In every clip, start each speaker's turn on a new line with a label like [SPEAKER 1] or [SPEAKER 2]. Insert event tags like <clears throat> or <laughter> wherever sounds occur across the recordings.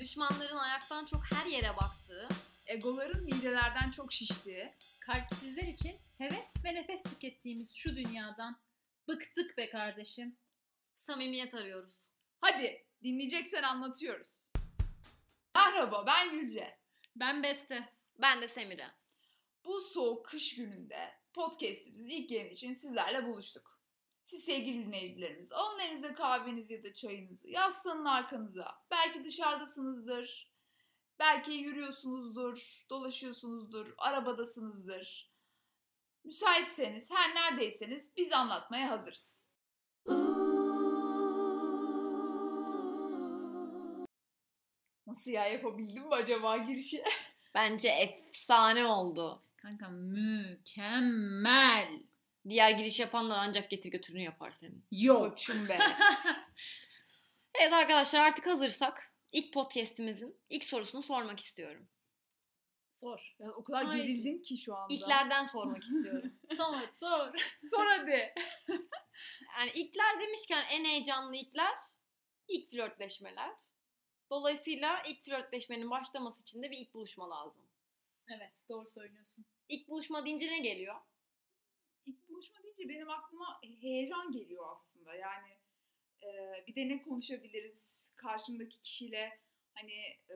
[SPEAKER 1] düşmanların ayaktan çok her yere baktığı,
[SPEAKER 2] Egoların midelerden çok şiştiği,
[SPEAKER 3] Kalpsizler için heves ve nefes tükettiğimiz şu dünyadan bıktık be kardeşim.
[SPEAKER 1] samimiyet arıyoruz.
[SPEAKER 2] hadi dinleyeceksen anlatıyoruz. Merhaba ben Gülce.
[SPEAKER 3] Ben Beste.
[SPEAKER 1] Ben de Semire.
[SPEAKER 2] Bu soğuk kış gününde podcast'imizin ilk yayını için sizlerle buluştuk. Siz sevgili dinleyicilerimiz alın elinize kahvenizi ya da çayınızı, yaslanın arkanıza. Belki dışarıdasınızdır, belki yürüyorsunuzdur, dolaşıyorsunuzdur, arabadasınızdır. Müsaitseniz, her neredeyseniz biz anlatmaya hazırız. Nasıl ya yapabildim mi acaba girişi?
[SPEAKER 1] Bence efsane oldu.
[SPEAKER 3] Kanka mükemmel.
[SPEAKER 1] Diğer giriş yapanlar ancak getir götürünü yapar senin.
[SPEAKER 3] Yok.
[SPEAKER 2] Koçum be.
[SPEAKER 1] Evet arkadaşlar artık hazırsak ilk podcast'imizin ilk sorusunu sormak istiyorum.
[SPEAKER 3] Sor.
[SPEAKER 2] Ya o kadar
[SPEAKER 3] Ay.
[SPEAKER 2] gerildim ki şu anda.
[SPEAKER 1] İlklerden <laughs> sormak istiyorum.
[SPEAKER 3] Sor sor. <laughs>
[SPEAKER 2] Sor hadi.
[SPEAKER 1] Yani ilkler demişken en heyecanlı ilkler ilk flörtleşmeler. Dolayısıyla ilk flörtleşmenin başlaması için de bir ilk buluşma lazım.
[SPEAKER 3] evet doğru söylüyorsun.
[SPEAKER 1] İlk buluşma deyince ne geliyor?
[SPEAKER 2] İlk buluşma deyince benim aklıma heyecan geliyor aslında. Yani e, bir de ne konuşabiliriz karşımdaki kişiyle hani e,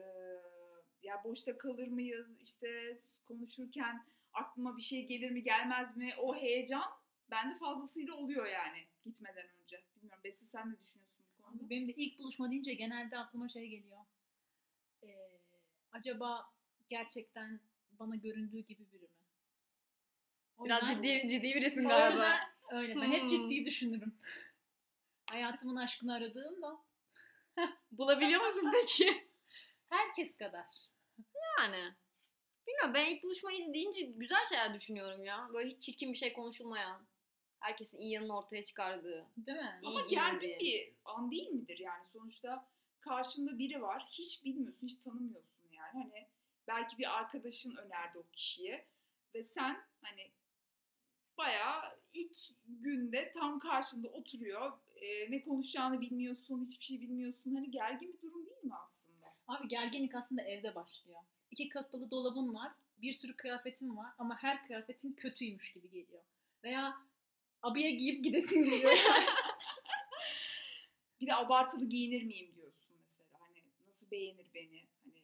[SPEAKER 2] ya boşta kalır mıyız işte konuşurken aklıma bir şey gelir mi gelmez mi o heyecan bende fazlasıyla oluyor yani gitmeden önce. Bilmiyorum Besi sen ne düşünüyorsun bu konuda?
[SPEAKER 3] Benim de ilk buluşma deyince genelde aklıma şey geliyor. Ee, acaba gerçekten bana göründüğü gibi biri mi? O
[SPEAKER 1] Biraz
[SPEAKER 3] yüzden-
[SPEAKER 1] ciddi, ciddi birisin
[SPEAKER 3] O
[SPEAKER 1] galiba.
[SPEAKER 3] yüzden Öyle ben hep
[SPEAKER 1] Hmm.
[SPEAKER 3] ciddi düşünürüm. <laughs> Hayatımın aşkını aradığımda
[SPEAKER 1] Bulabiliyor <laughs> musun peki?
[SPEAKER 3] herkes kadar.
[SPEAKER 1] Yani. Bilmiyorum ben ilk buluşmayı deyince güzel şeyler düşünüyorum ya. Böyle hiç çirkin bir şey konuşulmayan. Herkesin iyi yanını ortaya çıkardığı.
[SPEAKER 3] Değil mi?
[SPEAKER 2] Ama
[SPEAKER 1] İyi
[SPEAKER 2] gergin
[SPEAKER 1] gibi.
[SPEAKER 2] bir an değil midir yani sonuçta karşında biri var hiç bilmiyorsun hiç tanımıyorsun yani hani belki bir arkadaşın önerdi o kişiye ve sen hani bayağı ilk günde tam karşında oturuyor Ee, ne konuşacağını bilmiyorsun hiçbir şey bilmiyorsun hani gergin bir durum değil mi aslında?
[SPEAKER 3] Abi gerginlik aslında evde başlıyor. İki kapalı dolabın var, bir sürü kıyafetin var ama her kıyafetin kötüymüş gibi geliyor. Veya abiye giyip
[SPEAKER 2] <laughs>
[SPEAKER 3] gidesin <laughs> geliyor.
[SPEAKER 2] Bir de abartılı giyinir miyim diyorsun mesela hani nasıl beğenir beni hani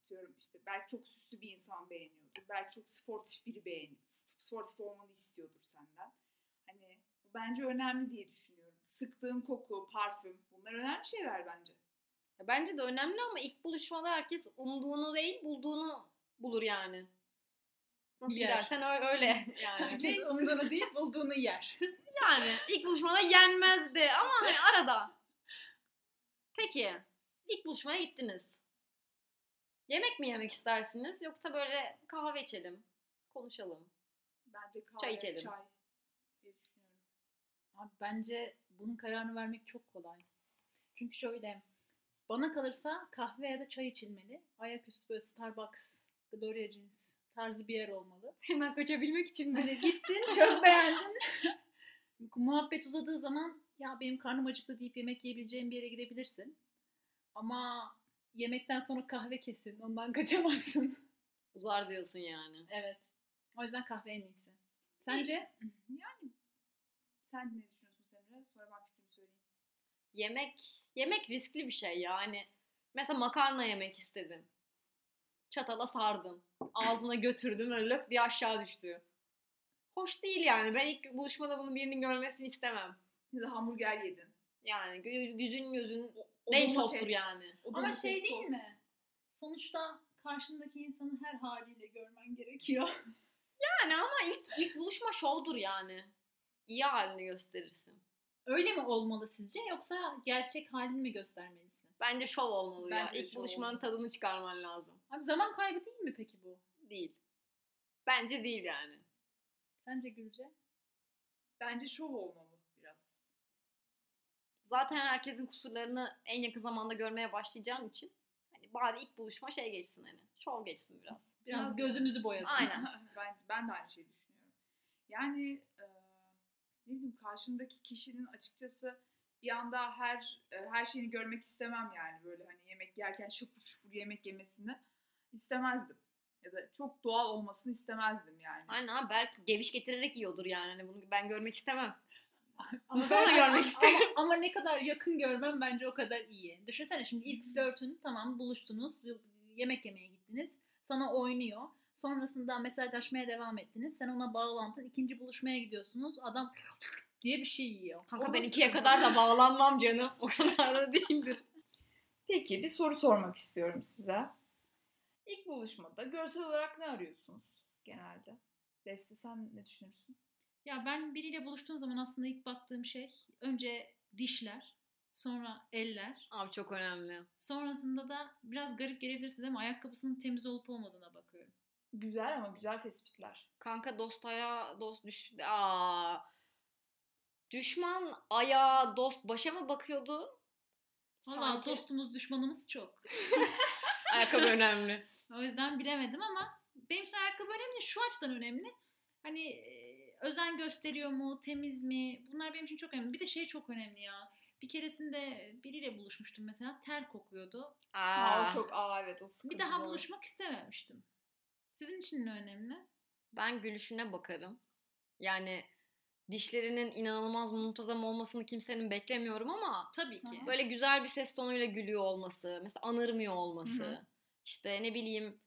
[SPEAKER 2] atıyorum işte belki çok süslü bir insan beğeniyordur belki çok sportif biri beğenir sportif olmanı istiyordur senden hani bu bence önemli diye düşünüyorum sıktığın koku parfüm bunlar önemli şeyler bence
[SPEAKER 1] Ya bence de önemli ama ilk buluşmada herkes umduğunu değil bulduğunu bulur yani. Nasıl
[SPEAKER 3] Yer.
[SPEAKER 1] gidersen ö- <laughs> öyle yani.
[SPEAKER 3] Herkes umduğunu değil bulduğunu yer.
[SPEAKER 1] Yani ilk buluşmada yenmez de ama hani <laughs> arada. Peki ilk buluşmaya gittiniz. Yemek mi yemek istersiniz yoksa böyle kahve içelim, konuşalım.
[SPEAKER 2] bence kahve
[SPEAKER 1] Çay içelim.
[SPEAKER 2] çay diye düşünüyorum
[SPEAKER 3] Abi bence bunun kararını vermek çok kolay. Çünkü şöyle bana kalırsa kahve ya da çay içilmeli. Ayaküstü böyle Starbucks, Gloria Jeans tarzı bir yer olmalı.
[SPEAKER 1] <laughs> Hemen kaçabilmek için mi?
[SPEAKER 3] Böyle gittin çok beğendin. <laughs> Muhabbet uzadığı zaman ya benim karnım acıktı deyip yemek yiyebileceğim bir yere gidebilirsin. Ama yemekten sonra kahve kesin. Ondan <laughs> kaçamazsın.
[SPEAKER 1] <laughs> Uzar diyorsun yani.
[SPEAKER 3] evet. O yüzden kahve en iyisi. Sence?
[SPEAKER 2] sen ne düşünüyorsun Semra sonra ben fikrimi söyleyeyim
[SPEAKER 1] Yemek, yemek riskli bir şey yani. Mesela makarna yemek istedin. Çatala sardın. Ağzına götürdün öyle lök diye aşağı düştü. Hoş değil yani. Ben ilk buluşmada bunu birinin görmesini istemem.
[SPEAKER 2] ya da hamburger yedin
[SPEAKER 1] Yani gö- yüzün gözün
[SPEAKER 2] O
[SPEAKER 1] renk
[SPEAKER 2] domates-
[SPEAKER 1] sostur yani.
[SPEAKER 2] o
[SPEAKER 3] Ama
[SPEAKER 2] domates
[SPEAKER 3] şey değil
[SPEAKER 2] sos.
[SPEAKER 3] mi? Sonuçta karşındaki insanı her haliyle görmen gerekiyor.
[SPEAKER 1] Yani ama ilk, ilk buluşma şovdur yani. İyi halini gösterirsin.
[SPEAKER 3] <laughs> Öyle mi olmalı sizce yoksa gerçek halini mi göstermelisin?
[SPEAKER 1] Bence şov olmalı ya.
[SPEAKER 2] Bence de
[SPEAKER 1] İlk
[SPEAKER 2] şov
[SPEAKER 1] buluşmanın
[SPEAKER 2] olmalı.
[SPEAKER 1] tadını çıkarman lazım.
[SPEAKER 3] Abi zaman kaybı değil mi peki bu?
[SPEAKER 1] Değil. Bence değil yani.
[SPEAKER 3] Sence Gülce?
[SPEAKER 2] bence şov olmalı biraz
[SPEAKER 1] Zaten herkesin kusurlarını en yakın zamanda görmeye başlayacağım için hani bari ilk buluşma şey geçsin hani. Şov geçsin biraz.
[SPEAKER 3] Biraz,
[SPEAKER 2] Biraz-
[SPEAKER 3] gözümüzü boyasın.
[SPEAKER 2] <laughs>
[SPEAKER 1] Aynen.
[SPEAKER 2] ben, ben de aynı şeyi düşünüyorum. Yani e, ne bileyim karşımdaki kişinin açıkçası bir anda her e, her şeyini görmek istemem yani böyle hani yemek yerken şapur şupur yemek yemesini istemezdim. Ya da çok doğal olmasını istemezdim yani.
[SPEAKER 1] Aynen abi belki geviş getirerek yiyordur yani. Hani bunu ben görmek istemem.
[SPEAKER 3] Ama
[SPEAKER 1] sonra
[SPEAKER 3] bence-
[SPEAKER 1] görmek
[SPEAKER 3] ama-
[SPEAKER 1] isterim.
[SPEAKER 3] Ama, ne kadar yakın görmem bence o kadar iyi. Düşünsene şimdi ilk flörtün tamam buluştunuz, yemek yemeye gittiniz. Sana oynuyor. Sonrasında mesajlaşmaya devam ettiniz. Sen ona bağlantın. ikinci buluşmaya gidiyorsunuz. Adam diye bir şey yiyor.
[SPEAKER 1] Kanka
[SPEAKER 2] O
[SPEAKER 1] ben
[SPEAKER 2] nasıl
[SPEAKER 1] ikiye
[SPEAKER 2] ya?
[SPEAKER 1] kadar da bağlanmam canım. O kadar da değildir.
[SPEAKER 2] Peki bir soru sormak istiyorum size. İlk buluşmada görsel olarak ne arıyorsunuz genelde? Beste sen ne düşünürsün?
[SPEAKER 3] Ya ben biriyle buluştuğum zaman aslında ilk baktığım şey önce dişler, sonra eller,
[SPEAKER 1] Abi çok önemli.
[SPEAKER 3] sonrasında da biraz garip gelebilir size ama ayakkabısının temiz olup olmadığına bakıyorum.
[SPEAKER 2] Güzel ama güzel tespitler.
[SPEAKER 1] Kanka dost ayağa dost düş... Aa. Düşman ayağa dost başa mı bakıyordu?
[SPEAKER 3] Valla
[SPEAKER 1] Sanki-
[SPEAKER 3] dostumuz düşmanımız çok.
[SPEAKER 1] <laughs> Ayakkabı önemli.
[SPEAKER 3] O yüzden bilemedim ama benim için ayakkabı önemli şu açıdan önemli. Hani e, özen gösteriyor mu, temiz mi? Bunlar benim için çok önemli. Bir de şey çok önemli ya. Bir keresinde biriyle buluşmuştum mesela ter kokuyordu.
[SPEAKER 2] <laughs> Aa,
[SPEAKER 1] Aa,
[SPEAKER 2] o çok aa evet o sıkıntı.
[SPEAKER 3] Bir daha
[SPEAKER 2] doğru.
[SPEAKER 3] buluşmak istememiştim. Sizin için ne önemli?
[SPEAKER 1] Ben gülüşüne bakarım. Yani dişlerinin inanılmaz muntazam olmasını kimsenin beklemiyorum ama
[SPEAKER 3] Tabii ki.
[SPEAKER 2] Aha.
[SPEAKER 1] Böyle güzel bir ses tonuyla gülüyor olması, mesela anırmıyor olması,
[SPEAKER 2] Hı hı.
[SPEAKER 1] işte ne bileyim,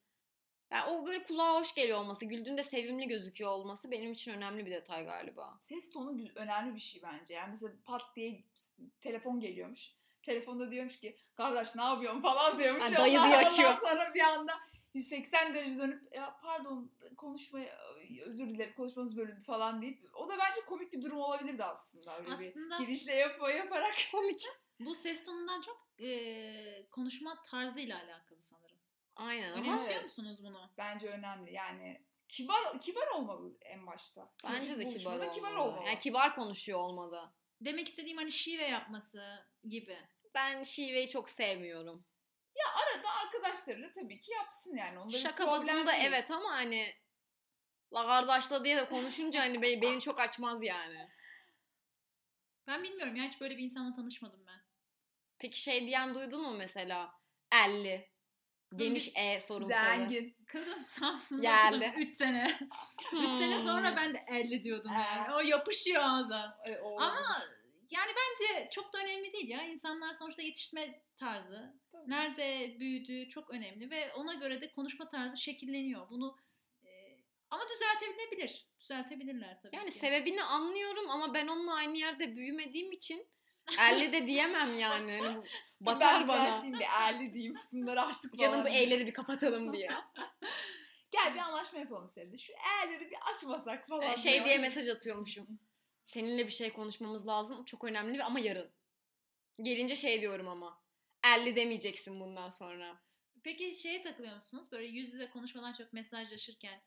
[SPEAKER 1] yani o böyle kulağa hoş geliyor olması, güldüğünde sevimli gözüküyor olması benim için önemli bir detay galiba.
[SPEAKER 2] Ses tonu gü- önemli bir şey bence. Yani mesela pat diye telefon geliyormuş. Telefonda diyormuş ki kardeş ne yapıyorsun falan diyormuş.
[SPEAKER 1] Ha, dayı
[SPEAKER 2] Ondan-
[SPEAKER 1] diye
[SPEAKER 2] ondan
[SPEAKER 1] açıyor.
[SPEAKER 2] sonra bir anda 180 derece dönüp ya pardon konuşmaya özür dilerim konuşmamız bölündü falan deyip o da bence komik bir durum olabilirdi aslında. Öyle
[SPEAKER 3] Aslında-
[SPEAKER 2] bir girişle yapma yaparak.
[SPEAKER 1] Komik.
[SPEAKER 3] Bu ses tonundan çok e, konuşma tarzıyla alakalı sanırım.
[SPEAKER 1] Aynen ama
[SPEAKER 3] Önemsiyor
[SPEAKER 2] Evet.
[SPEAKER 3] musunuz bunu?
[SPEAKER 2] Bence önemli yani kibar kibar olmalı en başta. Çünkü
[SPEAKER 1] bence de kibar
[SPEAKER 2] buluşmada
[SPEAKER 1] olmalı.
[SPEAKER 2] kibar olmalı.
[SPEAKER 1] Yani kibar konuşuyor olmalı.
[SPEAKER 3] Demek istediğim hani şive yapması gibi.
[SPEAKER 1] Ben şiveyi çok sevmiyorum.
[SPEAKER 2] Arada arkadaşlarıyla tabii ki yapsın yani. Onda bir
[SPEAKER 1] Şaka
[SPEAKER 2] problem
[SPEAKER 1] bazında
[SPEAKER 2] değil.
[SPEAKER 1] evet ama hani la kardeşla diye de konuşunca hani be- beni çok açmaz yani.
[SPEAKER 3] Ben bilmiyorum ya hiç böyle bir insanla tanışmadım ben.
[SPEAKER 1] Peki şey diyen duydun mu mesela? 50. Geniş E sorunsalı.
[SPEAKER 2] Zengin.
[SPEAKER 3] Kızım Samsun'da
[SPEAKER 1] Yerli.
[SPEAKER 3] okudum 3 sene.
[SPEAKER 1] Hmm.
[SPEAKER 3] 3 sene sonra ben de 50 diyordum yani. O yapışıyor ağza.
[SPEAKER 2] E, o-
[SPEAKER 3] Ama yani bence çok da önemli değil ya. İnsanlar sonuçta yetişme tarzı,
[SPEAKER 2] Tabii.
[SPEAKER 3] nerede büyüdüğü çok önemli ve ona göre de konuşma tarzı şekilleniyor. Bunu e, ama düzeltebilebilir. Düzeltebilirler tabii
[SPEAKER 1] Yani
[SPEAKER 3] ki.
[SPEAKER 1] sebebini anlıyorum ama ben onunla aynı yerde büyümediğim için 50 de diyemem yani. Hani bu
[SPEAKER 2] ben
[SPEAKER 1] Batar bana.
[SPEAKER 2] düzelteyim bir erli diyeyim. Bunlar artık
[SPEAKER 1] Canım bu
[SPEAKER 2] falan.
[SPEAKER 1] E'leri bir kapatalım diye.
[SPEAKER 2] Gel bir anlaşma yapalım seninle. Şu erleri bir açmasak falan.
[SPEAKER 1] Ee, şey
[SPEAKER 2] diyor.
[SPEAKER 1] diye mesaj atıyormuşum. Seninle bir şey konuşmamız lazım. Çok önemli ama yarın. Gelince şey diyorum ama. 50 demeyeceksin bundan sonra.
[SPEAKER 3] Peki şeye takılıyor musunuz? Böyle yüz yüze konuşmadan çok mesajlaşırken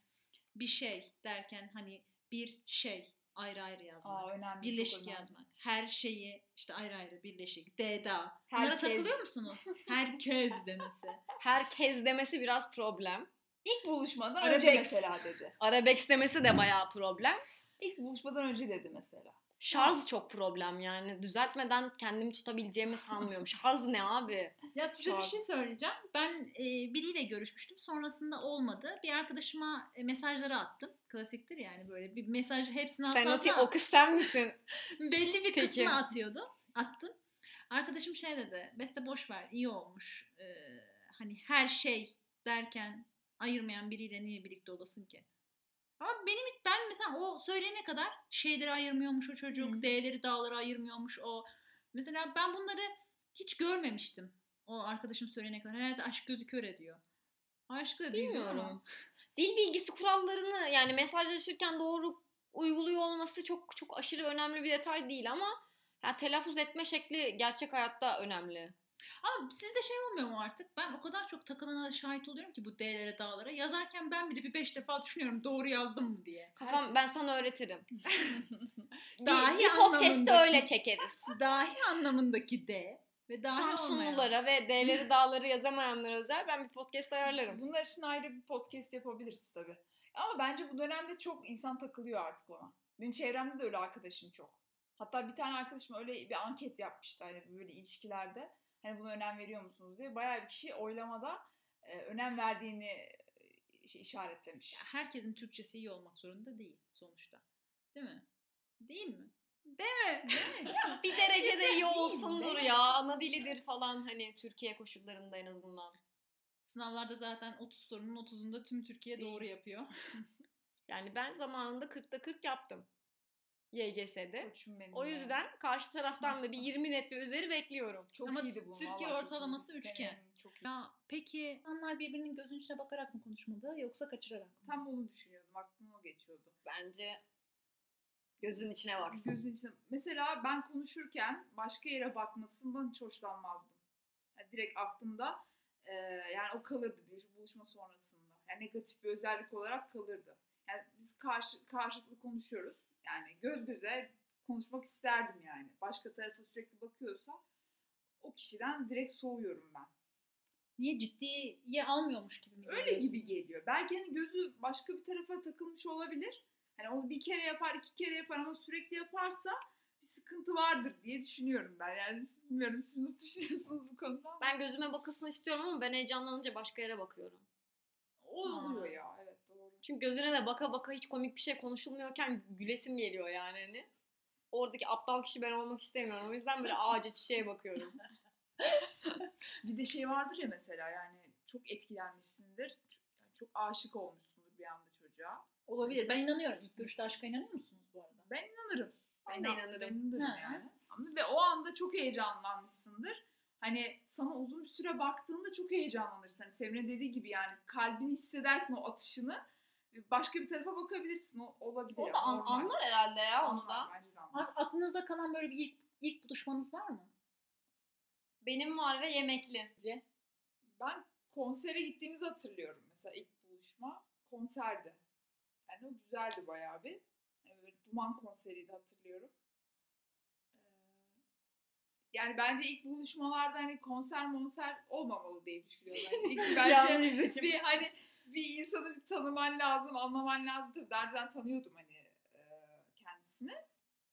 [SPEAKER 3] bir şey derken hani bir şey ayrı ayrı yazmak.
[SPEAKER 2] Aa önemli. çok
[SPEAKER 3] Birleşik
[SPEAKER 2] önemli.
[SPEAKER 3] yazmak. Her şeyi işte ayrı ayrı birleşik. Deda. Bunlara
[SPEAKER 2] Herkes.
[SPEAKER 3] takılıyor musunuz? Herkes demesi.
[SPEAKER 1] Herkes demesi biraz problem.
[SPEAKER 2] İlk buluşmadan önce
[SPEAKER 1] Arabex.
[SPEAKER 2] mesela dedi.
[SPEAKER 1] Arabex demesi de bayağı problem.
[SPEAKER 2] İlk buluşmadan önce dedi mesela.
[SPEAKER 1] Şarj çok problem yani. Düzeltmeden kendimi tutabileceğimi sanmıyorum. Şarj ne abi?
[SPEAKER 3] Ya size bir
[SPEAKER 2] Şans.
[SPEAKER 3] şey söyleyeceğim. Ben e, biriyle görüşmüştüm. Sonrasında olmadı. Bir arkadaşıma e, mesajları attım. Klasiktir yani böyle bir mesaj hepsini
[SPEAKER 1] Sen
[SPEAKER 3] atmazsa-
[SPEAKER 1] o kız sen misin?
[SPEAKER 3] belli bir
[SPEAKER 1] Peki.
[SPEAKER 3] kısmı atıyordu. Attım. Arkadaşım şey dedi. Beste boş ver iyi olmuş. Ee, hani her şey derken ayırmayan biriyle niye birlikte olasın ki? Ama benim ben mesela o söyleyene kadar şeyleri ayırmıyormuş o çocuk.
[SPEAKER 2] Hı.
[SPEAKER 3] D'leri dağlara ayırmıyormuş o. Mesela ben bunları hiç görmemiştim. O arkadaşım söyleyene kadar. Herhalde aşk gözü kör ediyor. Aşk da değil
[SPEAKER 1] Bilmiyorum. Dil bilgisi kurallarını yani mesajlaşırken doğru uyguluyor olması çok çok aşırı önemli bir detay değil ama ya telaffuz etme şekli gerçek hayatta önemli.
[SPEAKER 3] Ama sizde şey olmuyor mu artık? Ben o kadar çok takılana şahit oluyorum ki bu D'lere dağlara. Yazarken ben bile bir beş defa düşünüyorum doğru yazdım mı diye.
[SPEAKER 1] Kankam ben sana öğretirim.
[SPEAKER 3] <laughs>
[SPEAKER 1] bir,
[SPEAKER 3] Dahi
[SPEAKER 1] bir podcast'te
[SPEAKER 3] anlamındaki-
[SPEAKER 1] öyle çekeriz.
[SPEAKER 3] Dahi anlamındaki D ve dahi olmayan.
[SPEAKER 1] Samsunlulara ve
[SPEAKER 3] <laughs>
[SPEAKER 1] D'leri dağları yazamayanlara özel ben bir podcast ayarlarım.
[SPEAKER 2] Bunlar için ayrı bir podcast yapabiliriz tabii. Ama bence bu dönemde çok insan takılıyor artık ona. Benim çevremde de öyle arkadaşım çok. Hatta bir tane arkadaşım öyle bir anket yapmıştı hani böyle ilişkilerde. Hani buna önem veriyor musunuz diye. Bayağı bir kişi oylamada e, önem verdiğini e, şey, işaretlemiş.
[SPEAKER 3] Ya herkesin Türkçesi iyi olmak zorunda değil sonuçta. Değil mi? Değil mi? Değil mi? Değil mi?
[SPEAKER 1] Bir derecede iyi
[SPEAKER 3] Değil,
[SPEAKER 1] olsundur
[SPEAKER 3] değil.
[SPEAKER 1] ya. Ana dilidir falan hani Türkiye koşullarında en azından.
[SPEAKER 3] Sınavlarda zaten 30 sorunun 30'unda tüm Türkiye doğru
[SPEAKER 1] Değil.
[SPEAKER 3] yapıyor.
[SPEAKER 1] Yani ben zamanında 40'ta 40 yaptım.
[SPEAKER 3] <laughs>
[SPEAKER 1] YGS'de.
[SPEAKER 2] Koçum benim
[SPEAKER 1] O
[SPEAKER 2] ya.
[SPEAKER 1] yüzden karşı taraftan da bir 20 net ve üzeri bekliyorum.
[SPEAKER 2] çok
[SPEAKER 3] Ama
[SPEAKER 2] iyiydi bu.
[SPEAKER 3] Türkiye
[SPEAKER 2] vallahi çok iyiydi.
[SPEAKER 3] ortalaması
[SPEAKER 2] Senin
[SPEAKER 3] üçgen.
[SPEAKER 2] çok iyi.
[SPEAKER 3] Ya peki insanlar birbirinin gözünün içine bakarak mı konuşmalı yoksa kaçırarak mı?
[SPEAKER 2] Tam onu düşünüyordum. Aklıma o geçiyordu.
[SPEAKER 1] Bence gözün içine baksın.
[SPEAKER 2] Gözün içine. Mesela ben konuşurken başka yere bakmasından hiç hoşlanmazdım. Yani direkt aklımda e, yani o kalırdı bir buluşma sonrasında. Yani negatif bir özellik olarak kalırdı. Yani biz karşı, karşılıklı konuşuyoruz. Yani göz göze konuşmak isterdim yani. Başka tarafa sürekli bakıyorsa o kişiden direkt soğuyorum ben.
[SPEAKER 3] Niye ciddiye almıyormuş gibi mi?
[SPEAKER 2] Öyle
[SPEAKER 3] görüyorsun?
[SPEAKER 2] gibi geliyor. Belki hani gözü başka bir tarafa takılmış olabilir. Hani onu bir kere yapar, iki kere yapar ama sürekli yaparsa bir sıkıntı vardır diye düşünüyorum ben. Yani bilmiyorum siz nasıl düşünüyorsunuz bu konuda ama
[SPEAKER 1] Ben gözüme bakılsın istiyorum ama ben heyecanlanınca başka yere bakıyorum.
[SPEAKER 2] o oluyor
[SPEAKER 3] Aa.
[SPEAKER 2] ya. Evet doğru.
[SPEAKER 1] Çünkü gözüne de baka baka hiç komik bir şey konuşulmuyorken gülesim geliyor yani hani. Oradaki aptal kişi ben olmak istemiyorum. O yüzden böyle ağaca çiçeğe bakıyorum.
[SPEAKER 2] Bir de şey vardır ya mesela yani çok etkilenmişsindir. ç- yani çok aşık olmuşsundur bir anda çocuğa.
[SPEAKER 3] Olabilir. Ben inanıyorum. İlk görüşte aşka inanıyor musunuz bu arada?
[SPEAKER 2] Ben inanırım.
[SPEAKER 1] Ben de
[SPEAKER 2] inan-
[SPEAKER 1] inanırım.
[SPEAKER 2] Ben inanırım
[SPEAKER 3] Ha.
[SPEAKER 2] yani. Ama ve o anda çok heyecanlanmışsındır. Hani sana uzun bir süre baktığında çok heyecanlanırsın. Hani Semre dediği gibi yani kalbini hissedersin o atışını. Başka bir tarafa bakabilirsin. O olabilir.
[SPEAKER 1] O da an-
[SPEAKER 2] Normal.
[SPEAKER 1] anlar herhalde ya onu
[SPEAKER 2] Anlar,
[SPEAKER 1] da.
[SPEAKER 2] bence de anlar.
[SPEAKER 3] A- Aklınızda kalan böyle bir ilk, ilk buluşmanız var mı?
[SPEAKER 1] Benim var ve yemekli. <laughs>
[SPEAKER 3] Bence.
[SPEAKER 2] Ben konsere gittiğimizi hatırlıyorum mesela ilk buluşma. Konserdi. Yani o güzeldi bayağı bir. Yani böyle duman konseriydi hatırlıyorum. Ee, Yani bence ilk buluşmalarda hani konser monser olmamalı diye düşünüyorum. Yani ilk bence
[SPEAKER 1] Yanlış seçim.
[SPEAKER 2] bir hani bir insanı bir tanıman lazım, anlaman lazım. Tabii daha önceden tanıyordum hani e, kendisini.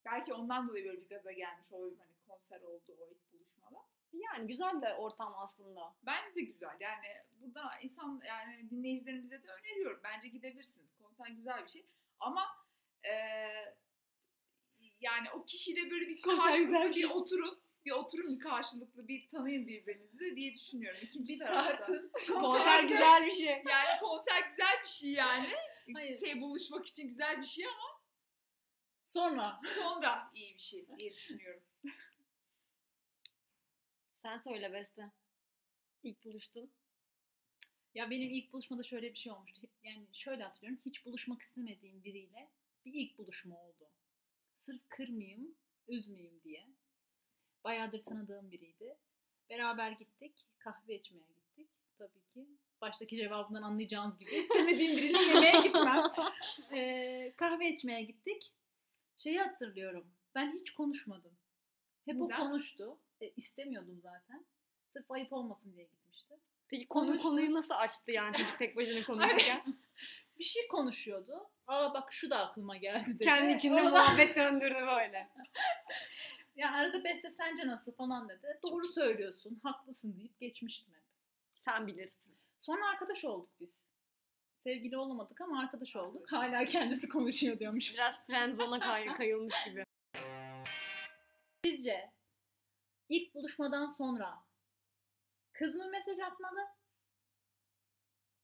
[SPEAKER 2] Belki ondan dolayı böyle bir gaza gelmiş olabilirim hani konser oldu o ilk buluşmada.
[SPEAKER 1] Yani güzel de ortam aslında.
[SPEAKER 2] Bence de güzel. Yani burada insan yani dinleyicilerimize de öneriyorum. Bence gidebilirsiniz. Konser güzel bir şey. Ama eee, yani o kişiyle böyle bir
[SPEAKER 1] Konser
[SPEAKER 2] karşılıklı
[SPEAKER 1] güzel bir
[SPEAKER 2] bir,
[SPEAKER 1] şey.
[SPEAKER 2] oturun. Bir oturun bir karşılıklı bir tanıyın birbirinizi diye düşünüyorum. İkinci
[SPEAKER 3] Bir
[SPEAKER 2] tarafta.
[SPEAKER 3] tartın.
[SPEAKER 1] Konser güzel bir <laughs> şey.
[SPEAKER 2] Yani konser güzel bir şey yani.
[SPEAKER 3] Hayır.
[SPEAKER 2] Şey buluşmak için güzel bir şey ama
[SPEAKER 3] Sonra.
[SPEAKER 2] sonra iyi bir şey diye düşünüyorum.
[SPEAKER 1] Sen söyle Beste. İlk buluştun.
[SPEAKER 3] Ya benim ilk buluşmada şöyle bir şey olmuştu. Yani şöyle hatırlıyorum. Hiç buluşmak istemediğim biriyle bir ilk buluşma oldu. Sırf kırmayayım, üzmeyeyim diye. Bayağıdır tanıdığım biriydi. Beraber gittik. Kahve içmeye gittik. Tabii ki. Baştaki cevabından anlayacağınız
[SPEAKER 1] <laughs>
[SPEAKER 3] gibi istemediğim biriyle yemeğe gitmem. Ee, kahve içmeye gittik. Şeyi hatırlıyorum. Ben hiç konuşmadım. Hep o
[SPEAKER 2] Neden?
[SPEAKER 3] konuştu. E, istemiyordum zaten. Sırf ayıp olmasın diye gitmiştim.
[SPEAKER 1] Peki konu
[SPEAKER 3] Konuştum.
[SPEAKER 1] konuyu nasıl açtı yani çocuk tek başına konuşurken?
[SPEAKER 3] bir şey konuşuyordu. Aa bak şu da aklıma geldi dedi.
[SPEAKER 1] Kendi içinde
[SPEAKER 3] Orada-
[SPEAKER 1] muhabbet döndürdü böyle.
[SPEAKER 3] <laughs> Ya arada Beste sence nasıl falan dedi. Doğru söylüyorsun, haklısın deyip geçmiştim hep.
[SPEAKER 1] Sen bilirsin.
[SPEAKER 3] Sonra arkadaş olduk biz. Sevgili olamadık ama arkadaş olduk.
[SPEAKER 2] Arkadaş.
[SPEAKER 3] Hala kendisi konuşuyor diyormuş.
[SPEAKER 1] Biraz frenzona <laughs> kay- kayılmış gibi.
[SPEAKER 3] Sizce ilk buluşmadan sonra kız mı mesaj atmalı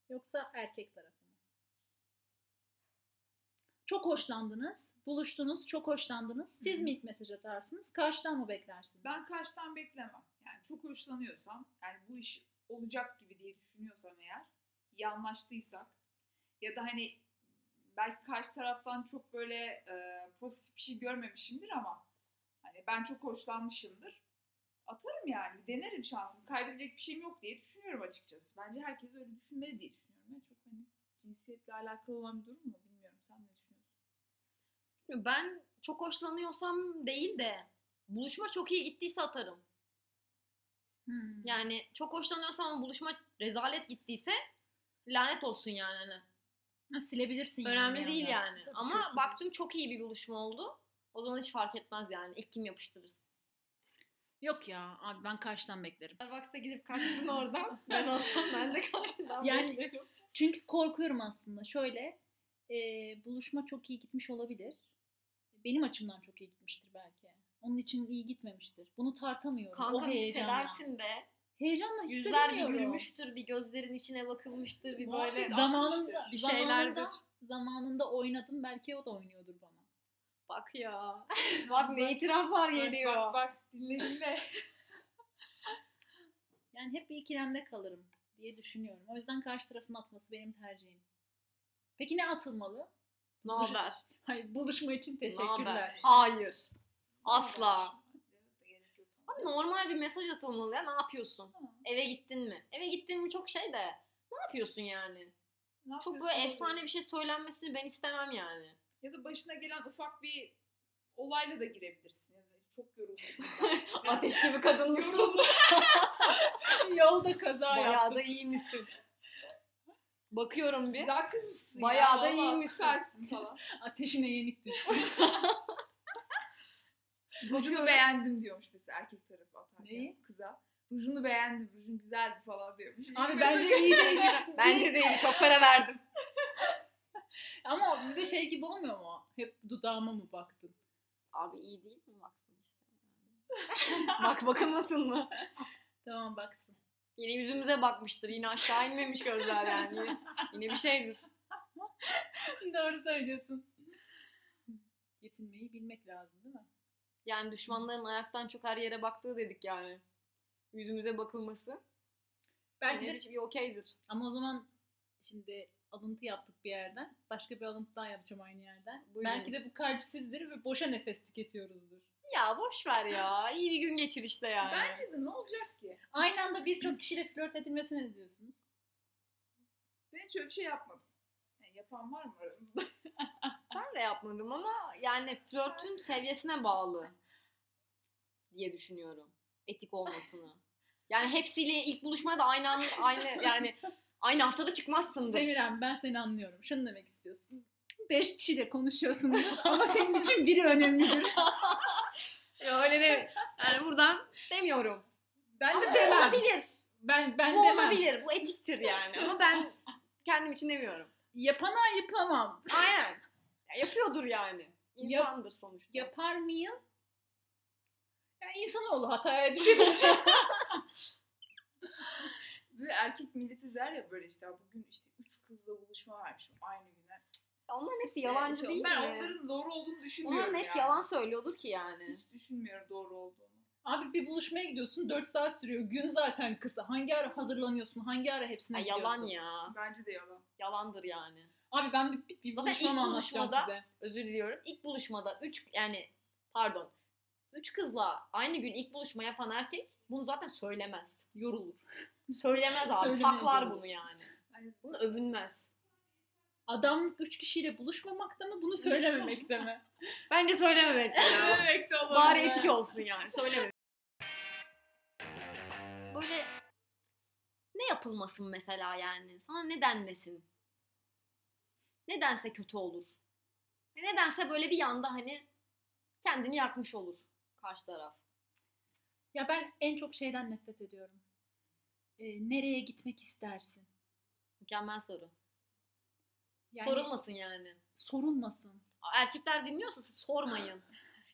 [SPEAKER 3] yoksa erkek tarafı mı? Çok hoşlandınız, buluştunuz, çok hoşlandınız. Siz
[SPEAKER 2] Hı.
[SPEAKER 3] mi ilk mesaj atarsınız, karşıdan mı beklersiniz?
[SPEAKER 2] Ben karşıdan beklemem. Yani çok hoşlanıyorsam, yani bu iş olacak gibi diye düşünüyorsam eğer, iyi anlaştıysak ya da hani belki karşı taraftan çok böyle e, pozitif bir şey görmemişimdir ama hani ben çok hoşlanmışımdır. Atarım yani, bir denerim şansımı. Kaybedecek bir şeyim yok diye düşünüyorum açıkçası. Bence herkes öyle düşünmeli diye düşünüyorum. Yani çok hani cinsiyetle alakalı olan bir durum mu bilmiyorum. Sen ne düşünüyorsun?
[SPEAKER 1] Ben çok hoşlanıyorsam değil de buluşma çok iyi gittiyse atarım.
[SPEAKER 3] Hmm.
[SPEAKER 1] Yani çok hoşlanıyorsam ama buluşma rezalet gittiyse lanet olsun yani hani.
[SPEAKER 3] Ha, silebilirsin.
[SPEAKER 1] Önemli
[SPEAKER 3] yani
[SPEAKER 1] değil
[SPEAKER 3] yani.
[SPEAKER 1] yani.
[SPEAKER 3] Tabii,
[SPEAKER 1] Ama
[SPEAKER 3] kötü
[SPEAKER 1] baktım çok iyi bir buluşma oldu. O zaman hiç fark etmez yani. İlk kim yapıştırır?
[SPEAKER 3] Yok ya abi ben karşıdan beklerim.
[SPEAKER 1] Starbucks'a gidip kaçtın oradan. <laughs> Ben olsam ben de karşıdan
[SPEAKER 3] Yani-
[SPEAKER 1] beklerim.
[SPEAKER 3] Çünkü korkuyorum aslında. Şöyle e, buluşma çok iyi gitmiş olabilir. Benim açımdan çok iyi gitmiştir belki. Onun için iyi gitmemiştir. Bunu tartamıyorum.
[SPEAKER 1] Kanka
[SPEAKER 3] o heyecanla.
[SPEAKER 1] hissedersin be.
[SPEAKER 3] Heyecanla
[SPEAKER 1] Yüzler bir
[SPEAKER 3] hissedemiyorum.
[SPEAKER 1] gülmüştür, bir gözlerin içine bakılmıştır, bir
[SPEAKER 2] Muhabbet
[SPEAKER 1] böyle
[SPEAKER 2] akmıştır.
[SPEAKER 3] Zamanında,
[SPEAKER 1] bir
[SPEAKER 3] zamanında,
[SPEAKER 1] şeylerdir.
[SPEAKER 3] zamanında oynadım. Belki o da oynuyordur bana.
[SPEAKER 1] Bak ya. <laughs> Bak ne itiraflar geliyor.
[SPEAKER 2] Bak bak dinle dinle.
[SPEAKER 3] Yani hep bir ikilemde kalırım diye düşünüyorum. O yüzden karşı tarafın atması benim tercihim. Peki ne atılmalı?
[SPEAKER 1] Ne haber?
[SPEAKER 3] Hayır, buluşma için
[SPEAKER 1] Naber?
[SPEAKER 3] teşekkürler.
[SPEAKER 1] Hayır. Asla.
[SPEAKER 2] Evet, gerek yok.
[SPEAKER 1] Abi normal bir mesaj atılmalı ya. Ne yapıyorsun?
[SPEAKER 2] Tamam.
[SPEAKER 1] Eve gittin mi? Eve gittin mi çok şey de. Ne yapıyorsun yani?
[SPEAKER 2] Ne
[SPEAKER 1] Çok böyle
[SPEAKER 2] yapıyorsun?
[SPEAKER 1] efsane bir şey söylenmesini ben istemem yani.
[SPEAKER 2] Ya da başına gelen ufak bir olayla da girebilirsin. Ya da çok yorulmuşum.
[SPEAKER 1] <laughs> Ateş gibi kadın mısın?
[SPEAKER 3] Yolda kaza
[SPEAKER 1] Bayağı
[SPEAKER 3] yaptım.
[SPEAKER 1] da iyi misin? Bakıyorum bir.
[SPEAKER 2] Güzel kızmışsın
[SPEAKER 1] Bayağı
[SPEAKER 2] ya.
[SPEAKER 1] da
[SPEAKER 2] vallahi
[SPEAKER 1] iyiymişsin.
[SPEAKER 2] Süpersin falan.
[SPEAKER 1] <laughs>
[SPEAKER 3] Ateşine yenik düştüm.
[SPEAKER 2] Rujunu beğendim diyormuş mesela erkek tarafı atarken
[SPEAKER 3] Neyi?
[SPEAKER 2] kıza. Rujunu beğendim, rujun güzeldi falan diyormuş.
[SPEAKER 3] Abi
[SPEAKER 2] Yani
[SPEAKER 3] bence iyi değil.
[SPEAKER 1] <laughs>
[SPEAKER 2] <laughs>
[SPEAKER 1] Bence değil. Çok para verdim.
[SPEAKER 3] Ama bir de şey gibi olmuyor mu? Hep dudağıma mı baktın?
[SPEAKER 1] Abi iyi değil mi? Baksın işte. <laughs> Bak bakılmasın mı?
[SPEAKER 3] Tamam baksın. <laughs>
[SPEAKER 1] Yine yüzümüze bakmıştır. Yine aşağı inmemiş gözler yani. Yine, yine bir şeydir.
[SPEAKER 3] Doğru söylüyorsun. Yetinmeyi bilmek lazım değil mi?
[SPEAKER 1] Yani düşmanların ayaktan çok her yere baktığı dedik yani. Yüzümüze bakılması.
[SPEAKER 3] Belki
[SPEAKER 1] Yine
[SPEAKER 3] de
[SPEAKER 1] bir şey okeydir.
[SPEAKER 3] ama o zaman şimdi alıntı yaptık bir yerden. Başka bir alıntı daha yapacağım aynı yerden.
[SPEAKER 1] Buyurun.
[SPEAKER 3] Belki de bu kalpsizdir ve boşa nefes tüketiyoruzdur.
[SPEAKER 1] Ya boş ver ya. İyi bir gün geçir işte yani.
[SPEAKER 2] Bence de ne olacak ki?
[SPEAKER 3] Aynı anda birçok kişiyle flört edilmesine ne diyorsunuz?
[SPEAKER 2] Ben hiç öyle bir şey yapmadım. Yani yapan var mı <laughs> aramızda?
[SPEAKER 1] Ben de yapmadım ama yani flörtün seviyesine bağlı diye düşünüyorum. Etik olmasını. Yani hepsiyle ilk buluşmada aynı an- aynı yani aynı haftada çıkmazsın da.
[SPEAKER 3] Zemirem ben seni anlıyorum. Şunu demek istiyorsun. Beş kişiyle konuşuyorsun <laughs> ama senin için biri
[SPEAKER 1] <laughs>
[SPEAKER 3] önemlidir.
[SPEAKER 1] Ya E, öyle de yani buradan demiyorum.
[SPEAKER 3] Ben de
[SPEAKER 1] Ama
[SPEAKER 3] demem.
[SPEAKER 1] Olabilir.
[SPEAKER 3] Ben ben
[SPEAKER 1] bu
[SPEAKER 3] demem.
[SPEAKER 1] olabilir. Bu etiktir yani. Ama ben kendim için demiyorum.
[SPEAKER 3] Yapana yapamam.
[SPEAKER 1] Aynen. Ya yapıyordur yani.
[SPEAKER 3] Yap-
[SPEAKER 1] İnsandır sonuçta.
[SPEAKER 3] Yapar mıyım? Ya insanoğlu
[SPEAKER 1] <laughs>
[SPEAKER 3] hataya düşebilir.
[SPEAKER 2] Böyle erkek milleti der ya böyle işte "Ya bugün işte üç kızla buluşma varmışım aynı güne.
[SPEAKER 1] Ya Onların hepsi yalancı
[SPEAKER 2] Ee, şey,
[SPEAKER 1] değil
[SPEAKER 2] ben
[SPEAKER 1] mi?
[SPEAKER 2] onların doğru olduğunu düşünmüyorum
[SPEAKER 1] Onlar net
[SPEAKER 2] yani.
[SPEAKER 1] yalan söylüyordur ki yani.
[SPEAKER 2] Hiç düşünmüyorum doğru olduğunu.
[SPEAKER 3] Abi bir buluşmaya gidiyorsun 4 saat sürüyor. Gün zaten kısa. Hangi ara hazırlanıyorsun? Hangi ara hepsine
[SPEAKER 1] Ya
[SPEAKER 3] gidiyorsun?
[SPEAKER 1] yalan ya.
[SPEAKER 2] Bence de yalan.
[SPEAKER 1] Yalandır yani.
[SPEAKER 3] Abi ben bir, bir, bir
[SPEAKER 1] Zaten ilk
[SPEAKER 3] buluşmamı anlatacağım
[SPEAKER 1] buluşmada-
[SPEAKER 3] size.
[SPEAKER 1] Özür diliyorum. İlk buluşmada 3 yani pardon. 3 kızla aynı gün ilk buluşma yapan erkek bunu zaten söylemez.
[SPEAKER 3] Yorulur.
[SPEAKER 1] Söylemez abi.
[SPEAKER 3] Söylemeyi
[SPEAKER 1] Saklar
[SPEAKER 3] yorulur.
[SPEAKER 1] bunu yani.
[SPEAKER 2] Hani
[SPEAKER 1] Bunu övünmez.
[SPEAKER 3] Adamlık 3 kişiyle buluşmamakta
[SPEAKER 1] <laughs>
[SPEAKER 3] mı bunu söylememek mi?
[SPEAKER 1] Bence söylememek. <laughs>
[SPEAKER 2] ne demek de olabilir.
[SPEAKER 1] Bari etik olsun yani. Söyleme. Böyle ne yapılmasın mesela yani? Sana ne denmesin? Nedense kötü olur. Ve nedense böyle bir yanda hani kendini yakmış olur karşı taraf.
[SPEAKER 3] Ya ben en çok şeyden nefret ediyorum. Ee, nereye gitmek istersin?
[SPEAKER 1] Mükemmel soru.
[SPEAKER 3] Yani
[SPEAKER 1] Sorulmasın yani.
[SPEAKER 3] Sorulmasın.
[SPEAKER 1] Erkekler dinliyorsa siz
[SPEAKER 3] <laughs>
[SPEAKER 1] sormayın.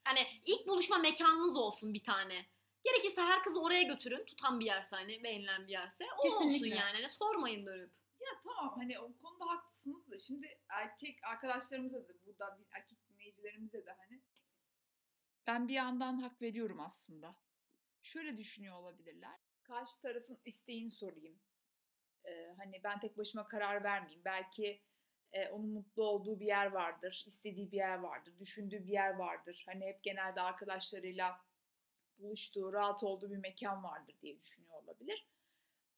[SPEAKER 1] Yani ilk buluşma mekanınız olsun bir tane. Gerekirse her kızı oraya götürün. Tutan bir yerse hani beğenilen bir yerse. O olsun
[SPEAKER 3] Kesinlikle.
[SPEAKER 1] yani. Hani sormayın dönüp.
[SPEAKER 2] Ya tamam hani o konuda haklısınız da şimdi erkek arkadaşlarımıza da buradan din- erkek dinleyicilerimize de hani ben bir yandan hak veriyorum aslında. Şöyle düşünüyor olabilirler. Karşı tarafın isteğini sorayım. Ee, hani ben tek başıma karar vermeyeyim. Belki e, onun mutlu olduğu bir yer vardır, istediği bir yer vardır, düşündüğü bir yer vardır. Hani hep genelde arkadaşlarıyla buluştuğu, rahat olduğu bir mekan vardır diye düşünüyor olabilir.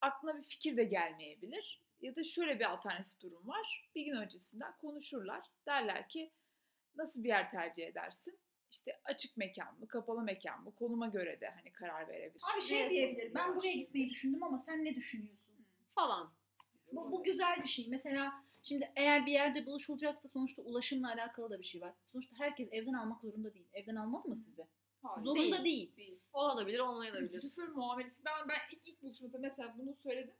[SPEAKER 2] Aklına bir fikir de gelmeyebilir. Ya da şöyle bir alternatif durum var. Bir gün öncesinden konuşurlar. Derler ki nasıl bir yer tercih edersin? İşte açık mekan mı, kapalı mekan mı? Konuma göre de hani karar verebilir.
[SPEAKER 3] Abi şey
[SPEAKER 2] Evet,
[SPEAKER 3] diyebilir. Ben
[SPEAKER 2] olabilir.
[SPEAKER 3] buraya gitmeyi düşündüm ama sen ne düşünüyorsun?
[SPEAKER 1] Falan.
[SPEAKER 2] Bu,
[SPEAKER 3] Bu, bu güzel bir şey. Mesela Şimdi eğer bir yerde buluşulacaksa sonuçta ulaşımla alakalı da bir şey var. Sonuçta herkes evden almak zorunda değil. Evden almalı mı sizi?
[SPEAKER 2] Hayır.
[SPEAKER 3] Zorunda değil.
[SPEAKER 2] Değil.
[SPEAKER 1] Olabilir
[SPEAKER 3] <laughs>
[SPEAKER 1] olmayabilir.
[SPEAKER 2] Küfür muamelesi. Ben ben ilk ilk buluşmada mesela bunu söyledim.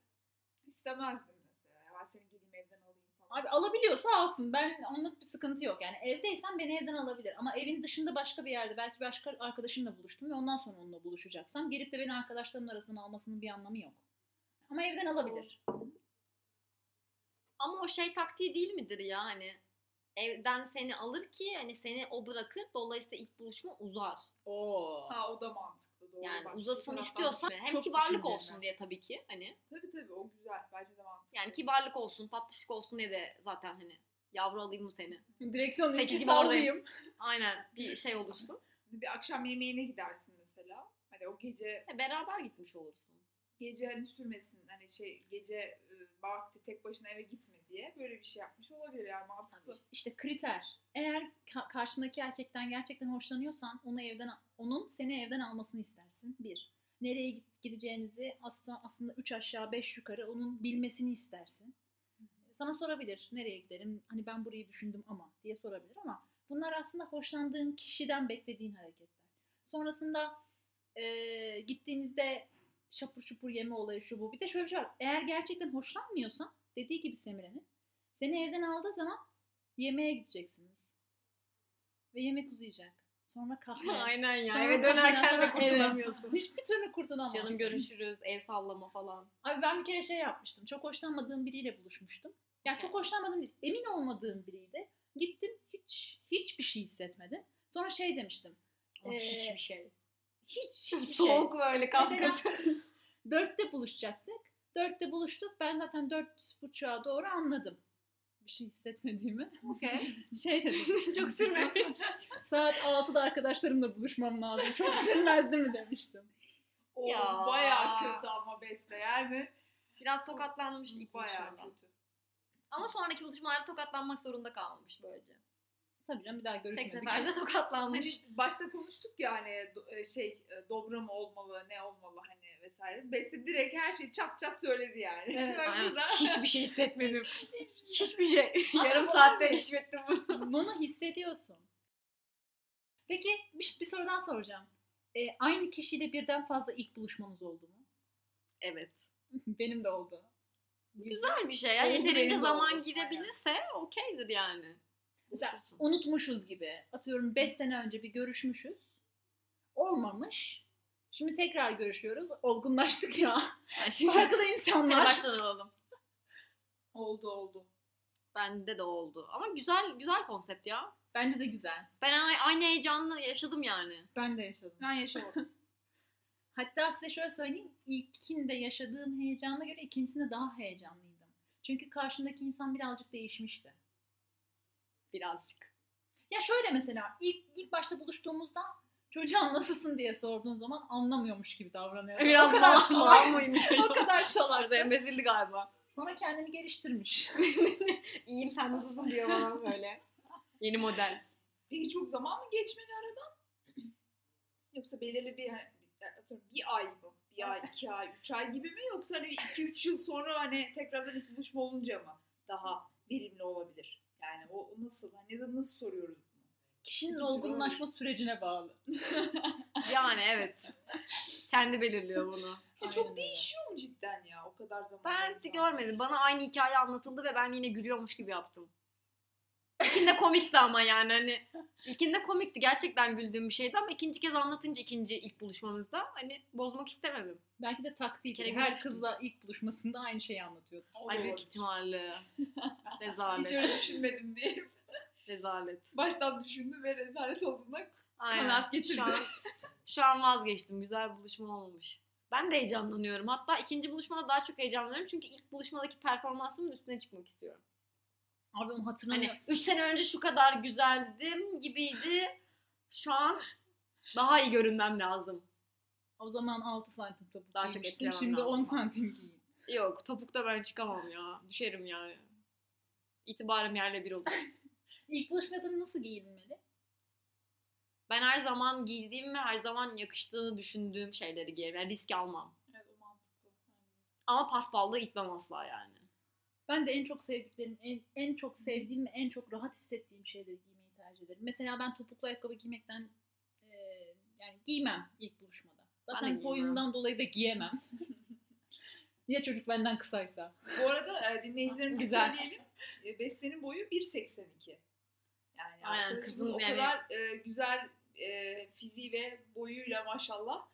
[SPEAKER 2] İstemezdim mesela. Ya ben seni geleyim evden alayım falan.
[SPEAKER 3] Abi alabiliyorsa alsın. Ben onluk bir sıkıntı yok. Yani evdeysen beni evden alabilir. Ama evin dışında başka bir yerde belki başka arkadaşımla buluştum ve ondan sonra onunla buluşacaksam gelip de beni arkadaşlarımın arasından almasının bir anlamı yok. Ama evden alabilir.
[SPEAKER 1] Ama o şey taktiği değil midir ya hani? Evden seni alır ki hani seni o bırakır. Dolayısıyla ilk buluşma uzar.
[SPEAKER 3] Oo.
[SPEAKER 2] Ha o da mantıklı. Doğru.
[SPEAKER 1] Yani
[SPEAKER 2] Bak,
[SPEAKER 1] uzasın
[SPEAKER 2] fotoğraftan
[SPEAKER 1] istiyorsan
[SPEAKER 2] düşün.
[SPEAKER 1] hem
[SPEAKER 3] çok
[SPEAKER 1] kibarlık
[SPEAKER 3] düşünceli.
[SPEAKER 1] olsun diye tabii ki hani.
[SPEAKER 2] Tabii tabii o güzel. Bence de mantıklı.
[SPEAKER 1] Yani kibarlık olsun, tatlışlık olsun diye de zaten hani yavru alayım mı seni?
[SPEAKER 3] Direksiyon
[SPEAKER 1] Sekiz
[SPEAKER 3] iki
[SPEAKER 1] gibi
[SPEAKER 3] sallayayım.
[SPEAKER 1] Aynen bir şey olursun.
[SPEAKER 2] Hani Bir akşam yemeğine gidersin mesela. Hani o gece
[SPEAKER 1] E, Beraber gitmiş olursun.
[SPEAKER 2] gece hani sürmesin hani şey gece e, vakti tek başına eve gitme diye böyle bir şey yapmış olabilir yani mantıklı.
[SPEAKER 3] İşte kriter. Eğer ka- karşındaki erkekten gerçekten hoşlanıyorsan onu evden onun seni evden almasını istersin. Bir. Nereye git- gideceğinizi aslında aslında üç aşağı beş yukarı onun bilmesini istersin. Sana sorabilir nereye giderim? Hani ben burayı düşündüm ama diye sorabilir ama bunlar aslında hoşlandığın kişiden beklediğin hareketler. Sonrasında eee, gittiğinizde şapur şupur yeme olayı şu bu. Bir de şöyle bir şey var. Eğer gerçekten hoşlanmıyorsan dediği gibi Semire'nin seni evden aldığı zaman yemeğe gideceksiniz. Ve yemek uzayacak. Sonra
[SPEAKER 1] <laughs> <laughs>
[SPEAKER 3] kahve.
[SPEAKER 1] Aynen ya.
[SPEAKER 3] Sonra
[SPEAKER 1] Eve
[SPEAKER 3] kahveden
[SPEAKER 1] dönerken
[SPEAKER 3] sonra
[SPEAKER 1] de
[SPEAKER 3] eve.
[SPEAKER 1] kurtulamıyorsun.
[SPEAKER 3] Hiçbir türlü kurtulamazsın.
[SPEAKER 1] <laughs> Canım görüşürüz, el sallama falan.
[SPEAKER 3] Abi ben bir kere şey yapmıştım. Çok hoşlanmadığım biriyle buluşmuştum. Yani çok hoşlanmadığım değil, emin olmadığım biriydi. Gittim hiç hiçbir şey hissetmedim. Sonra şey demiştim.
[SPEAKER 1] Ama
[SPEAKER 3] Ee,
[SPEAKER 1] hiçbir şey.
[SPEAKER 3] Hiç hiçbir
[SPEAKER 1] <laughs>
[SPEAKER 3] şey.
[SPEAKER 1] Soğuk böyle
[SPEAKER 3] Mesela
[SPEAKER 1] <laughs> kaskatı.
[SPEAKER 3] <laughs> dörtte buluşacaktık. Dörtte buluştuk. Ben zaten dört buçuğa doğru anladım. Bir şey hissetmediğimi.
[SPEAKER 1] Okey.
[SPEAKER 3] <laughs> Şey dedim.
[SPEAKER 1] Çok sürmemiş.
[SPEAKER 3] <laughs> Saat 6'da arkadaşlarımla buluşmam lazım. Çok sürmezdi mi demiştim.
[SPEAKER 2] O
[SPEAKER 1] Ya.
[SPEAKER 2] bayağı kötü ama besleyer mi?
[SPEAKER 1] Biraz tokatlanmış ilk
[SPEAKER 2] Bayağı
[SPEAKER 1] buluşmada.
[SPEAKER 2] kötü.
[SPEAKER 1] Ama sonraki buluşmalarda tokatlanmak zorunda kalmamış böylece.
[SPEAKER 3] Tabii canım bir daha
[SPEAKER 1] Tek
[SPEAKER 3] görüşmedik.
[SPEAKER 1] seferde
[SPEAKER 2] Hani
[SPEAKER 1] tokatlanmış.
[SPEAKER 2] başta konuştuk ya hani do- e, şey e, dobra mı olmalı ne olmalı hani vesaire. Beste direkt her şeyi çat çat söyledi yani.
[SPEAKER 3] Evet,
[SPEAKER 2] <laughs> Ben
[SPEAKER 1] Aynen.
[SPEAKER 2] burada-
[SPEAKER 1] Hiçbir şey hissetmedim. <laughs> Hiçbir şey.
[SPEAKER 3] Ama
[SPEAKER 1] Yarım
[SPEAKER 3] bu
[SPEAKER 1] saatte
[SPEAKER 3] abi-
[SPEAKER 1] keşfettim bunu.
[SPEAKER 3] <laughs> Bunu hissediyorsun. Peki bir, bir soru daha soracağım. Ee, aynı kişiyle birden fazla ilk buluşmanız oldu mu? <laughs>
[SPEAKER 1] Evet.
[SPEAKER 3] Benim de oldu.
[SPEAKER 1] Güzel bir şey ya.
[SPEAKER 3] Oldu, benim
[SPEAKER 1] Yeterince
[SPEAKER 3] de
[SPEAKER 1] zaman
[SPEAKER 2] oldu.
[SPEAKER 1] girebilirse okeydir yani.
[SPEAKER 3] Mesela
[SPEAKER 1] Buluşursun.
[SPEAKER 3] unutmuşuz gibi. Atıyorum 5 sene önce bir görüşmüşüz. Olmamış. Şimdi tekrar görüşüyoruz.
[SPEAKER 1] <laughs>
[SPEAKER 3] Olgunlaştık ya.
[SPEAKER 1] Yani şimdi-
[SPEAKER 3] Farklı
[SPEAKER 1] Hadi
[SPEAKER 3] insanlar.
[SPEAKER 1] baştan alalım.
[SPEAKER 2] Oldu oldu.
[SPEAKER 1] Bende de oldu. Ama güzel güzel konsept ya.
[SPEAKER 3] Bence de güzel.
[SPEAKER 1] Ben a- aynı heyecanlı yaşadım yani.
[SPEAKER 3] Ben de yaşadım. <laughs>
[SPEAKER 2] Ben yaşamadım.
[SPEAKER 3] Hatta size şöyle söyleyeyim. İlkinde yaşadığım heyecana göre ikincisinde daha heyecanlıydım. Çünkü karşımdaki insan birazcık değişmişti.
[SPEAKER 1] Birazcık.
[SPEAKER 3] Ya şöyle mesela ilk ilk başta buluştuğumuzda çocuğa nasılsın diye sorduğun zaman anlamıyormuş gibi davranıyor.
[SPEAKER 1] Biraz
[SPEAKER 3] o kadar
[SPEAKER 1] mal, mal
[SPEAKER 3] salak.
[SPEAKER 1] mıymış?
[SPEAKER 3] <laughs> o kadar salak.
[SPEAKER 1] Zembezildi galiba.
[SPEAKER 3] Sonra kendini geliştirmiş.
[SPEAKER 1] İyiyim sen nasılsın diyor bana böyle. Yeni model.
[SPEAKER 2] Peki çok zaman mı geçmedi aradan? <clears throat> Yoksa belirli bir hani, atıyorum bir ay mı? Bir ay, iki ay, üç ay gibi mi? Yoksa hani bir iki üç yıl sonra hani tekrardan bir buluşma olunca mı daha verimli olabilir? Yani o o nasıl? Hani ya da nasıl soruyoruz bunu?
[SPEAKER 3] Kişinin
[SPEAKER 2] İki türlü
[SPEAKER 3] olgunlaşma sürecine bağlı.
[SPEAKER 1] <laughs> Yani evet. Kendi belirliyor bunu.
[SPEAKER 2] Ya
[SPEAKER 3] Aynen öyle.
[SPEAKER 2] çok değişiyor mu cidden ya o kadar zaman?
[SPEAKER 1] Ben
[SPEAKER 2] arasında?
[SPEAKER 1] hiç görmedim. Bana aynı hikaye anlatıldı ve ben yine gülüyormuş gibi yaptım. İlkinde komikti ama yani hani. İlkinde komikti. Gerçekten güldüğüm bir şeydi ama ikinci kez anlatınca ikinci ilk buluşmamızda hani bozmak istemedim.
[SPEAKER 3] Belki de taktiği.
[SPEAKER 1] kere
[SPEAKER 3] Her
[SPEAKER 1] görüştüm.
[SPEAKER 3] kızla ilk buluşmasında aynı şeyi anlatıyordu.
[SPEAKER 2] Olur.
[SPEAKER 1] Ay büyük <laughs> ihtimalle.
[SPEAKER 2] Hiç
[SPEAKER 1] Rezalet.
[SPEAKER 2] öyle düşünmedim diye. <laughs>
[SPEAKER 1] Rezalet.
[SPEAKER 2] Baştan düşündüm ve rezalet olduğuna
[SPEAKER 1] Aynen.
[SPEAKER 2] Kanaat getirdi.
[SPEAKER 1] Şu an, şu an vazgeçtim. Güzel buluşma olmamış. Ben de heyecanlanıyorum. Hatta ikinci buluşmada daha çok heyecanlanıyorum. Çünkü ilk buluşmadaki performansımın üstüne çıkmak istiyorum.
[SPEAKER 3] Abi onu hatırlamıyor.
[SPEAKER 1] Hani 3 sene önce şu kadar güzeldim gibiydi. Şu an daha iyi görünmem lazım.
[SPEAKER 3] O zaman 6 santim topuk
[SPEAKER 1] Daha çok
[SPEAKER 3] giymiştim.
[SPEAKER 1] etkilemem
[SPEAKER 3] Şimdi
[SPEAKER 1] lazım.
[SPEAKER 3] 10 santim giyeyim.
[SPEAKER 1] Yok topukta ben çıkamam ya. Düşerim yani. İtibarım yerle bir olur.
[SPEAKER 3] İlk buluşmada nasıl giyinmeli?
[SPEAKER 1] Ben her zaman giydiğim ve her zaman yakıştığını düşündüğüm şeyleri giyerim. Yani risk almam.
[SPEAKER 2] Evet o mantıklı.
[SPEAKER 1] Ama paspallığı itmem asla yani.
[SPEAKER 3] Ben de en çok sevdiklerim, en, en çok sevdiğim ve en çok rahat hissettiğim şeyleri giymeyi tercih ederim. Mesela ben topuklu ayakkabı giymekten e, yani giymem ilk buluşmada. Zaten
[SPEAKER 1] giymem.
[SPEAKER 3] boyumdan dolayı da <laughs> giyemem. ya çocuk benden kısaysa.
[SPEAKER 2] Bu arada e, dinleyicilerimize
[SPEAKER 1] Güzel.
[SPEAKER 2] söyleyelim. E, Beste'nin boyu 1.82. Yani
[SPEAKER 1] Aynen,
[SPEAKER 2] arkadaşımın
[SPEAKER 1] kızın
[SPEAKER 2] o
[SPEAKER 1] yani-
[SPEAKER 2] kadar e, güzel e, fiziği ve boyuyla maşallah.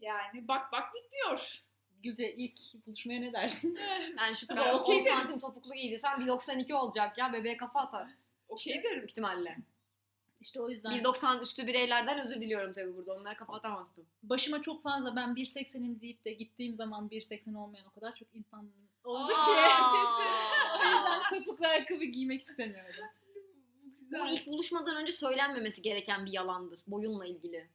[SPEAKER 2] Yani bak bak bitmiyor.
[SPEAKER 3] Gülce ilk buluşmaya ne dersin?
[SPEAKER 1] Yani şu
[SPEAKER 2] Ben
[SPEAKER 1] kıza 10
[SPEAKER 2] okey derim.
[SPEAKER 1] santim topuklu giydirsen 1.92 olacak ya. Bebeğe kafa atar.
[SPEAKER 2] Okey derim.
[SPEAKER 1] Büyük ihtimalle.
[SPEAKER 3] <laughs> İşte o yüzden
[SPEAKER 1] 1.90 üstü bireylerden özür diliyorum tabii burada. Onlara kafa atamazsın.
[SPEAKER 3] başıma çok fazla ben 1.80'im deyip de gittiğim zaman 1.80 olmayan o kadar çok insan oldu
[SPEAKER 2] Aa.
[SPEAKER 3] ki.
[SPEAKER 1] Aa.
[SPEAKER 3] O yüzden <laughs> topuklu ayakkabı giymek istemiyorum.
[SPEAKER 2] Bu
[SPEAKER 1] Bu
[SPEAKER 2] güzel.
[SPEAKER 1] ilk buluşmadan önce söylenmemesi gereken bir yalandır. Boyunla ilgili.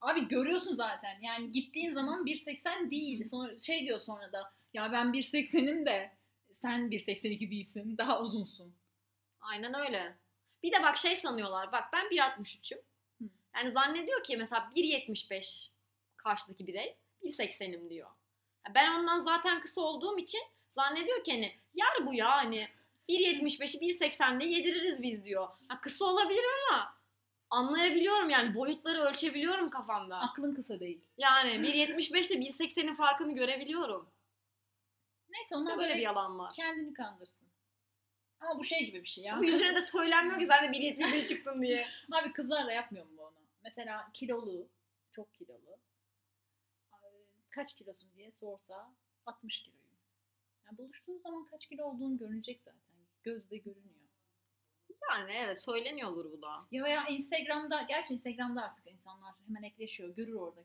[SPEAKER 3] Abi görüyorsun zaten. Yani gittiğin zaman 1.80 değil. Sonra şey diyor sonra da ya ben 1.80'im de sen 1.82 değilsin. Daha uzunsun.
[SPEAKER 1] Aynen öyle. Bir de bak şey sanıyorlar. Bak ben 1.63'üm.
[SPEAKER 3] Hı.
[SPEAKER 1] Yani zannediyor ki mesela 1.75 karşıdaki birey 1.80'im diyor. Ya Ben ondan zaten kısa olduğum için zannediyor ki hani yar bu ya hani 1.75'i 1.80'le yediririz biz diyor. Ha, kısa olabilir ama anlayabiliyorum yani boyutları ölçebiliyorum kafamda.
[SPEAKER 3] Aklın kısa değil.
[SPEAKER 1] Yani 1.75 ile 1.80'in farkını görebiliyorum.
[SPEAKER 3] Neyse onlar
[SPEAKER 1] Böyle bir
[SPEAKER 3] böyle
[SPEAKER 1] yalan var.
[SPEAKER 3] kendini kandırsın. Ama bu şey gibi bir şey ya.
[SPEAKER 1] Bu yüzüne de söylenmiyor ki sen de 1.71 çıktın
[SPEAKER 3] <laughs>
[SPEAKER 1] diye.
[SPEAKER 3] Abi kızlar da yapmıyor mu bunu? Mesela kilolu, çok kilolu. Ee, Kaç kilosun diye sorsa 60 kiloyum. Yani buluştuğun zaman kaç kilo olduğunu görünecek zaten. Gözde görünüyor.
[SPEAKER 1] Yani evet söyleniyor olur bu da.
[SPEAKER 3] Ya veya Instagram'da, gerçi Instagram'da artık insanlar hemen ekleşiyor, görür orada.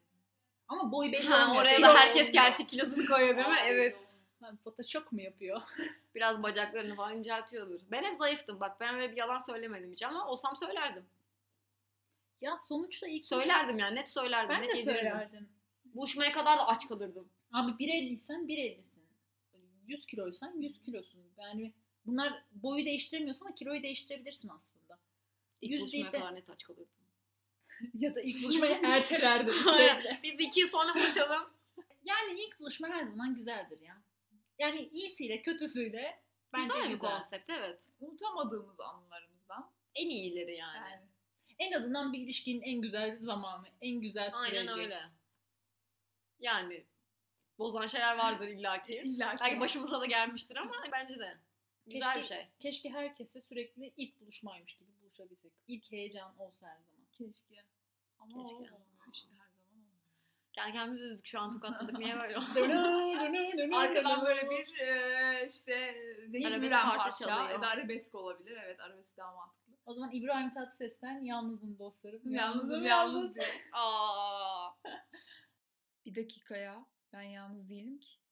[SPEAKER 3] Ama boy belli
[SPEAKER 1] Ha,
[SPEAKER 3] olmuyor.
[SPEAKER 1] oraya
[SPEAKER 3] Kilo
[SPEAKER 1] da herkes
[SPEAKER 3] olmuyor.
[SPEAKER 1] gerçek kilosunu koyuyor değil mi?
[SPEAKER 2] Aa,
[SPEAKER 1] Evet.
[SPEAKER 3] Lan Photoshop mu yapıyor?
[SPEAKER 1] Biraz bacaklarını falan inceltiyordur. Ben hep zayıftım bak. Ben öyle bir yalan söylemedim hiç ama olsam söylerdim.
[SPEAKER 3] ya sonuçta ilk
[SPEAKER 1] Söylerdim yani net söylerdim.
[SPEAKER 3] Ben
[SPEAKER 1] net
[SPEAKER 3] de
[SPEAKER 1] yedirdim.
[SPEAKER 3] söylerdim.
[SPEAKER 1] Buluşmaya kadar da aç kalırdım.
[SPEAKER 3] Abi 1.50'sen 1.50'sin. 100 kiloysan 100 kilosun. Yani bunlar boyu değiştiremiyorsun ama kiloyu değiştirebilirsin aslında.
[SPEAKER 1] İlk
[SPEAKER 3] Yüz
[SPEAKER 1] buluşmaya
[SPEAKER 3] değil de-
[SPEAKER 1] kadar net aç kalırdım.
[SPEAKER 3] ya da
[SPEAKER 2] <laughs>
[SPEAKER 3] ilk buluşmayı ertelerdim
[SPEAKER 1] sürekli. Biz bir iki yıl sonra buluşalım.
[SPEAKER 3] yani ilk buluşma her zaman güzeldir ya. Yani iyisiyle kötüsüyle <laughs> bence
[SPEAKER 1] Bence
[SPEAKER 3] güzel.
[SPEAKER 1] bir konsept evet.
[SPEAKER 2] Unutamadığımız anılarımızdan.
[SPEAKER 1] En iyileri yani.
[SPEAKER 2] Yani.
[SPEAKER 3] En azından bir ilişkinin en güzel zamanı, en güzel süreci.
[SPEAKER 1] Aynen öyle. Yani bozan şeyler vardır
[SPEAKER 3] <laughs>
[SPEAKER 1] illaki.
[SPEAKER 2] İlla ki.
[SPEAKER 1] Belki başımıza da gelmiştir ama bence de. Güzel bir
[SPEAKER 3] Keşke-
[SPEAKER 1] şey.
[SPEAKER 3] Keşke herkese sürekli ilk buluşmaymış gibi buluşabilsek. İlk heyecan olsa her
[SPEAKER 2] <laughs>
[SPEAKER 3] zaman.
[SPEAKER 2] Keşke. Ama
[SPEAKER 1] Keşke.
[SPEAKER 2] o olmuyor işte her zaman olmuyor.
[SPEAKER 1] Kendi kendimizi üzdük şu an tokatladık. Niye
[SPEAKER 3] <laughs>
[SPEAKER 1] böyle oldu?
[SPEAKER 2] Arkadan böyle bir e, işte zengin
[SPEAKER 1] Arabesk
[SPEAKER 2] müren
[SPEAKER 1] parça
[SPEAKER 2] parça
[SPEAKER 1] çalıyor.
[SPEAKER 2] ya da arabesk olabilir. Evet arabesk daha mantıklı.
[SPEAKER 3] O zaman İbrahim Tatlıses'ten yalnızım dostlarım.
[SPEAKER 2] Yalnızım yalnız.
[SPEAKER 1] Aa.
[SPEAKER 2] <laughs> Bir dakika ya. Ben yalnız değilim ki.